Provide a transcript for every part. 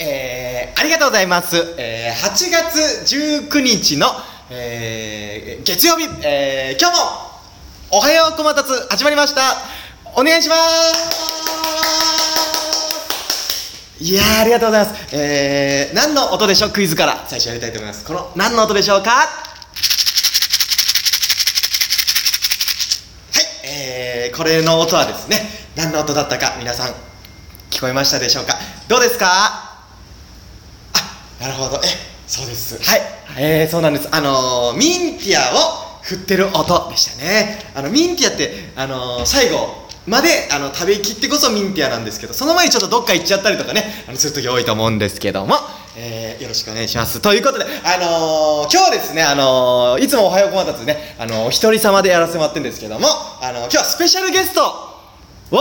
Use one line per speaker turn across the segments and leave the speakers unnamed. えー、ありがとうございます、えー、8月19日の、えー、月曜日、えー、今日も「おはようこまたつ」始まりましたお願いしますいやーありがとうございます、えー、何の音でしょうクイズから最初やりたいと思いますこの何の音でしょうかはい、えー、これの音はですね何の音だったか皆さん聞こえましたでしょうかどうですかあなるほどえそうですはい、えー、そうなんですあのー、ミンティアを振ってる音でしたねあのミンティアってあのー、最後まであの食べきってこそミンティアなんですけどその前にちょっとどっか行っちゃったりとかねあのする時多いと思うんですけども、えー、よろしくお願いしますということで、あのー、今日ですね、あのー、いつも「おはようこまたつね」あのー、お一人様でやらせてもらってるんですけども、あのー、今日はスペシャルゲストを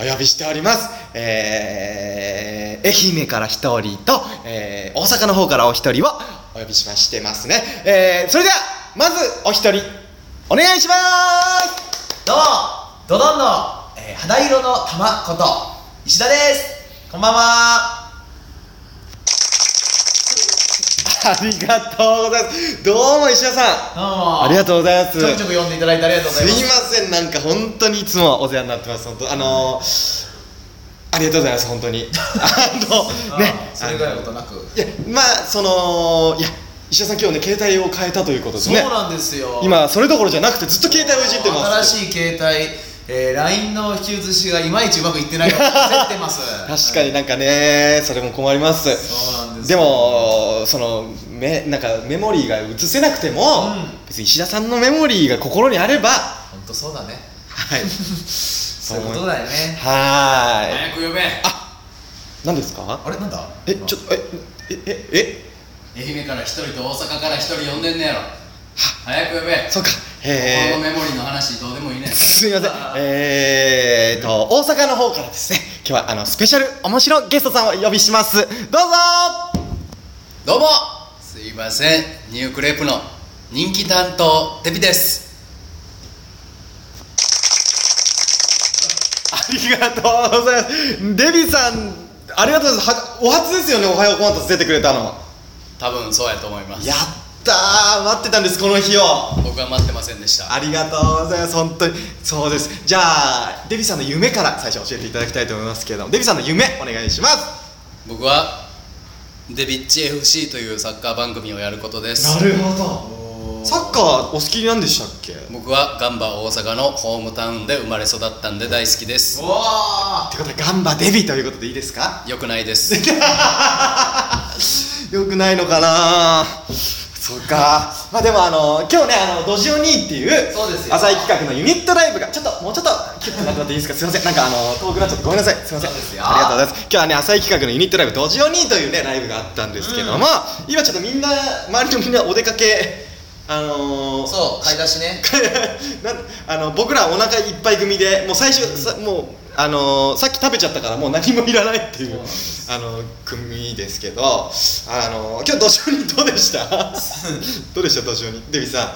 お呼びしております、えー、愛媛から一人と、えー、大阪の方からお一人をお呼びしましてますね、えー、それではまずお一人お願いしますどうもドドンの、えー、肌色の玉こと石田ですこんばんは ありがとうございますどうも石田さん
どうも
ありがとうございます
ちょくちょく読んでいただいてありがとうご
す
ざいます
いませんなんか本当にいつもお世話になってます本当あのーありがとうございます本当にあのね
あそれぐらいのことなく、
いやまあそのいや石田さん今日ね携帯を変えたということです
そう
ね
なんですよ
今それどころじゃなくてずっと携帯をいじってます
新しい携帯、えー、LINE の引き写しがいまいちうまくいってないから焦ってます
確かになんかねそれも困ります
そうなんです
で
よ
もそのめなんかメモリーが映せなくても、
うん
別に石田さんのメモリーが心にあれば
本当そうだね
はいそ
そういうことだよね
はーい
く呼べ
何ですか
あれなんだ
えちょっとええええ
愛媛から一人と大阪から一人呼んでんねやろ早く呼べ
そうか
心
え
のメモリーの話どうでもいいねん
ー、すいませんえー、と大阪の方からですね今日はあのスペシャル面白ゲストさんをお呼びしますどうぞ
どうもすいませんニュークレープの人気担当テピです
ありがとうございますデビさんありがとうございますはお初ですよねおはようコマンタス出てくれたの
多分そうやと思います
やったー待ってたんですこの日を
僕は待ってませんでした
ありがとうございます本当にそうですじゃあデビさんの夢から最初教えていただきたいと思いますけれどもデビさんの夢お願いします
僕はデビッチ FC というサッカー番組をやることです
なるほどサッカーお好きなんでしたっけって
僕はガンバ大阪のホームタウンで生まれ育ったんで大好きです
おー
ことはガンバデビということでいいですか
よくないです
よくないのかなそうかまあでもあの今日ねあのドジオニーっていう
そうですよ
浅井企画のユニットライブがちょっともうちょっとキュッとなくなっていいですかすいませんなんかあの遠くなっちゃってごめんなさいすいません
そうですよ
ありがとうございます今日はね浅井企画のユニットライブドジオニーというねライブがあったんですけども、今ちょっとみんな周りのみんなお出かけあのー、
そう買い出しね
なんあの僕らお腹いっぱい組でもう最初さもうあのーさっき食べちゃったからもう何もいらないっていうあの組ですけどあの今日土壌にどうでした どうでした土壌にデビさん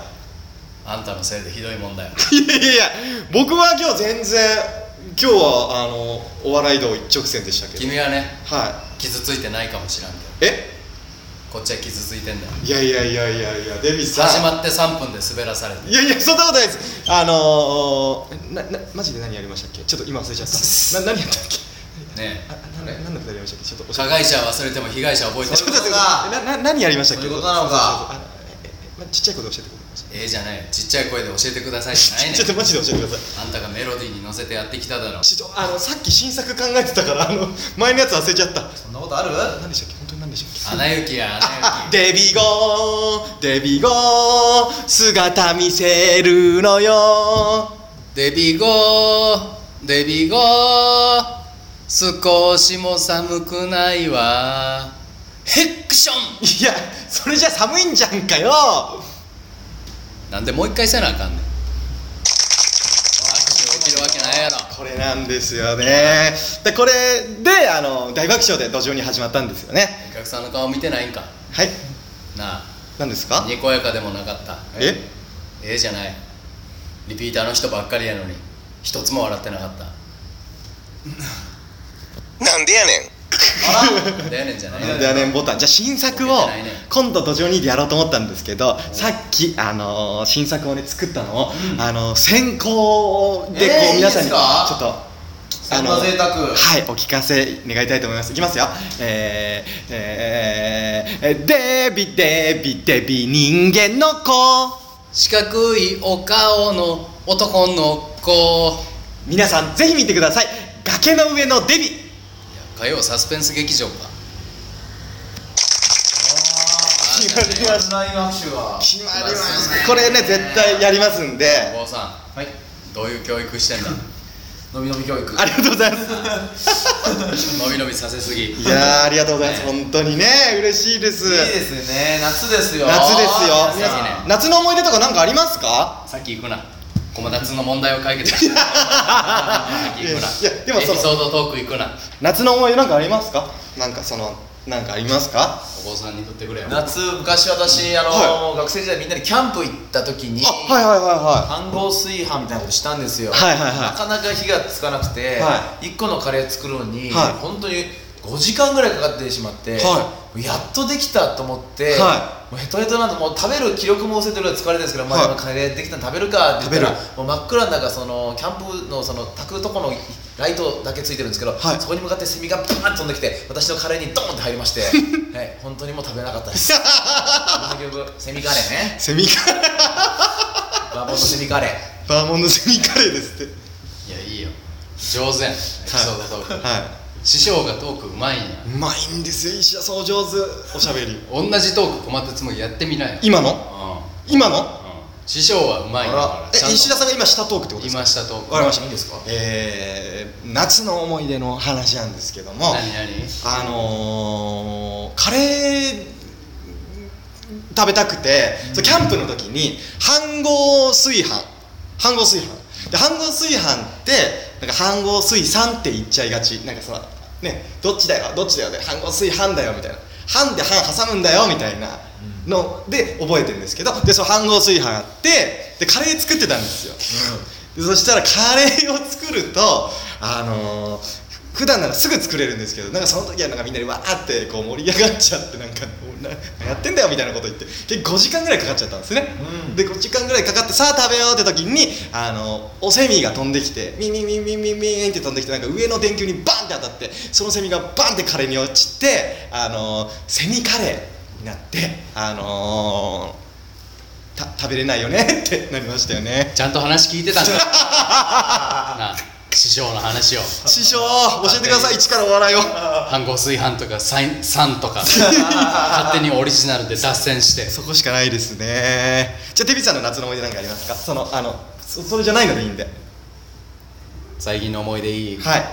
あんたのせいでひどいもんだよ
いやいやいや僕は今日全然今日はあのお笑い道一直線でしたけど
君はね
は
傷ついてないかもしらんけど
いえ
こっちは傷ついてんだよ
いやいやいやいやいやデビさん
始まって3分で滑らされて
いやいやそんなことないですあのー、ななマジで何やりましたっけちょっと今忘れちゃった な何やったっけ
ね
あなな何のくだりやりましたっけちょっとお
加害者は忘れても被害者は覚えて
ちょっと
る
待ってなな何やりましたっけ
そういうことなのか
そうそうそうあええまちっちゃいこと教えてくださ
ええじゃないちっちゃい声で教えてくださいじゃない
い
ね
ちょっとマジで教えてください
あんたがメロディーに乗せてやってき ただろ
ちょっとあのさっき新作考えてたからあの前のやつ忘れちゃった
そんなことある
何でしたっけ本当に何でしたっけ
アナ雪やア
ああ
ナ
デ
雪
ビゴーデビゴー姿見せるのよ
デビゴーデビゴー少しも寒くないわヘックション
いやそれじゃ寒いんじゃんかよ
なんでもう一回せなあかんねん拍手起きるわけないやろ
これなんですよねでこれであの大爆笑で土壌に始まったんですよね
お客さんの顔見てないんか
はい
な
何です
あ
か
にこやかでもなかった
え
ええじゃないリピーターの人ばっかりやのに 一つも笑ってなかった
なんでやねん
だよねんじゃない
なんでやねんボタンじゃあ新作を
ないね
今度土壌にでやろうと思ったんですけどさっき、あのー新作をね作ったのを、
うん
あのー先行でこう、
えー
皆さん
いい
にち
です
ょ
か
っと
そんな贅沢
はいお聞かせ願いたいと思いますいきますよえー、えー、えーデビデビデビ人間の子
四角いお顔の男の子
皆さんぜひ見てください崖の上のデビ
火曜サスペンス劇場か
決まりました
ライン拍手は
決まりましたこれね絶対やりますんで
お坊さ
はい
んどういう教育し てんだ
のびのび教育
ありがとうございます
伸び伸びさせすぎ
いやーありがとうございます、本当にね嬉しいです
いいですね夏ですよ
夏ですよ
皆さん
いいね
夏の思い出とか何かありますか
さっき行くな友達の問題を解決 してさっき行くない
やでもその
エピソードトーク行くな
夏の思い出なんかありますかなんかそのなんかありますか
お坊さんにとってくれよ
夏昔私あの、
は
学生時代みんなでキャンプ行った時に
あはいはいは
飯盒炊飯みたいなことしたんですよ、
はいはいはい
なかなか火がつかなくて、
は
一1個のカレー作るのに、
はい
本当に5時間ぐらいかかってしまって、
は
やっとできたと思って、
は
もうヘトヘトなんでもう食べる気力も失せてるから疲れてるんですけど、まあ、
はい
今カレーできたの食べるかって言ったら
食
もう真っ暗な中そのキャンプのその炊くとこのライトだけついてるんですけど、
はい
そこに向かってセミがバーンと飛んできて私のカレーにドーンって入り まして、はい、本当にもう食べれなかったです結局セミカレーね
いセミカレー
バーボンとセミカレー
バーモントセミカレーですって
いやいいよ上手やんエピソードトーク、
は
師匠がトークうまいんや
いうまいんですよ石田さんお上手おしゃべり
同じトーク困ったつもりやってみなよ
今
う
の
んうん
今の
師匠はうまいんだか
あら
ら
え
ちゃんと
石田さんが今したトークってことですか
今したトーク
わかりました
いいんですか
えー、夏の思い出の話なんですけども
何何
あのー、カレー食べたくて、そうキャンプの時に飯合炊飯飯合炊飯で飯合炊飯ってなんか飯合炊飯って言っちゃいがちなんかそのねどっちだよどっちだよで飯合炊飯だよみたいな飯で飯挟むんだよみたいなので覚えてるんですけどでその飯合炊飯あってでカレー作ってたんですよ、でそしたらカレーを作るとあのー普段ならすぐ作れるんですけどなんかその時はなんかみんなでわーってこう盛り上がっちゃってなんかもうなやってんだよみたいなこと言って結構5時間ぐらいかかっちゃったんですね、
うん
で5時間ぐらいかかってさあ食べようって時にあのおセミが飛んできてミンミンミンミンミンミンって飛んできてなんか上の電球にバンって当たってそのセミがバンってカレーに落ちてあのセミカレーになってあのーた食べれないよねってなりましたよね
ちゃんと話聞いて たんだなあ師匠の話を
師匠教えてください一からお笑いを
飯合炊飯とかサイン酸とか勝手にオリジナルで脱線し て
そこしかないですねじゃあテビさんの夏の思い出なんかありますかそのあのそそれじゃないのでいいんで
最近の思い出いい、
はい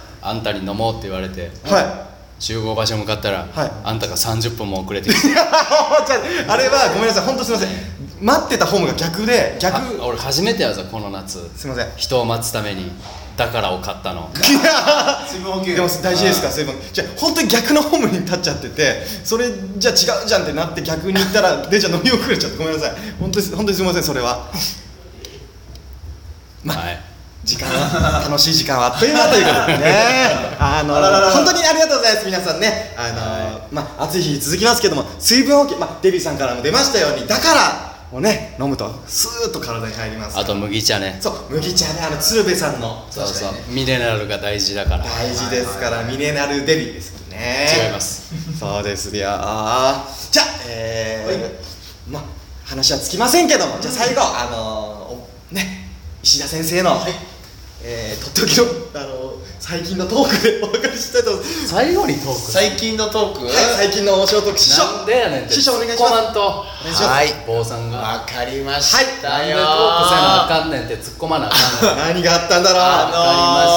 あんたに飲もうって言われて
は
集合場所向かったら、
はい
あんたが30分も遅れてきて
いじゃああれはごめんなさい本当すいません待ってたホームが逆で逆
あ俺初めてやぞこの夏
すいません
人を待つためにだからを買ったの
水分補給
でも大事ですから水分じゃあ本当に逆のホームに立っちゃっててそれじゃあ違うじゃんってなって逆に行った らでじゃあ飲み遅れちゃってごめんなさい本当に本当にすいませんそれはまあ
はい
時間は楽しい時間はあっという間ということでね あの
あららら
本当にありがとうございます皆さんねあの、まあ、暑い日続きますけども水分補給、まあ、デビューさんからも出ましたようにだからもうね飲むとスーッと体に入ります
あと麦茶ね
そう麦茶ねあの鶴瓶さんの
そうそ
確
う
かに
ミネラルが大事だから
大事ですからミネラルデビューですもんね
違います
そうですよじゃあえーまあ話はつきませんけどもじゃあ最後あのーおね石田先生の、えーとっておきの、あのー最近のトークでお別れしたいと思います
最後にトー
最近のトーク
はい最近の面白いトーク師匠
なんでやねんって
師匠お願いします
突っ込まんとお
願いします
はい
坊さんが
わかりま
した
なんで
よ
トークせなあかんねんって突っ込まなあかんねん
何があったんだろう
あのーわ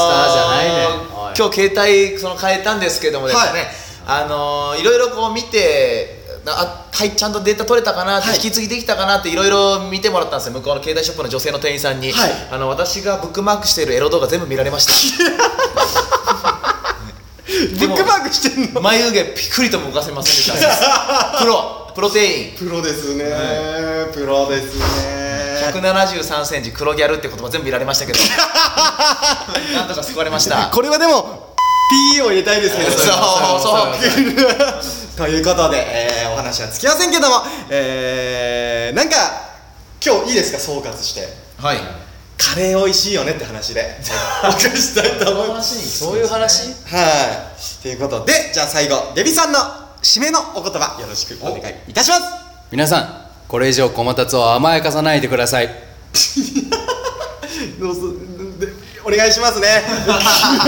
かりましたじゃないねおい
今日携帯その変えたんですけどもですね、
はい
あのーいろいろこう見てなあはいちゃんとデータ取れたかなって、
はい
引き継ぎできたかなっていろいろ見てもらったんですよ向こうの携帯ショップの女性の店員さんに、
はい
あの私がブックマークしているエロ動画全部見られま した
ブ
で
ッ
も
クマークしてんの
眉毛ピクリとも動かせませんでしたプロプロテイン
プロですね、プロですね
173セン チ黒ギャルって言葉全部いられましたけどなんとか救われました
これはでもピーを入れたいですけど
そう
そうそうということで、えーお話はつきませんけども、えーなんか今日いいですか総括して
はい
カレー美味しいよねって話で お送りしたいと思います
そういう話
はいということでじゃあ最後デビさんの締めのお言葉よろしくお願いいたします
皆さんこれ以上小松を甘やかさないでください
どうぞでお願いしますね、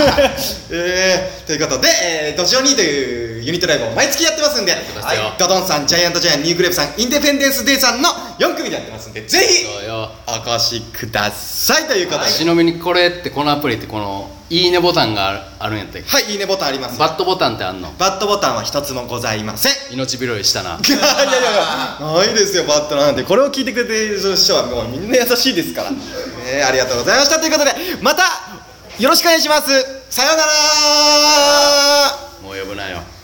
えーということで、えー、ドジオニーというユニットライブを毎月やってますんで、
てますよ
はい、ドドンさんジャイアントジャイアンニュークレープさんインデペンデンスデーさんの4組でやってますんでぜひ
そうよ
お越しくださいということで
ち
は
なみにこれってこのアプリってこの「いいね」ボタンがあるあるんやったっけ
いいいねボタンあります
バットボタンってあんの
バットボタンは一つもございません
命拾いしたない
やいやいやないですよバットなんてこれを聞いてくれている人はもうみんな優しいですから、ねえありがとうございましたということでまたよろしくお願いしますさようなら
もう呼ぶなよ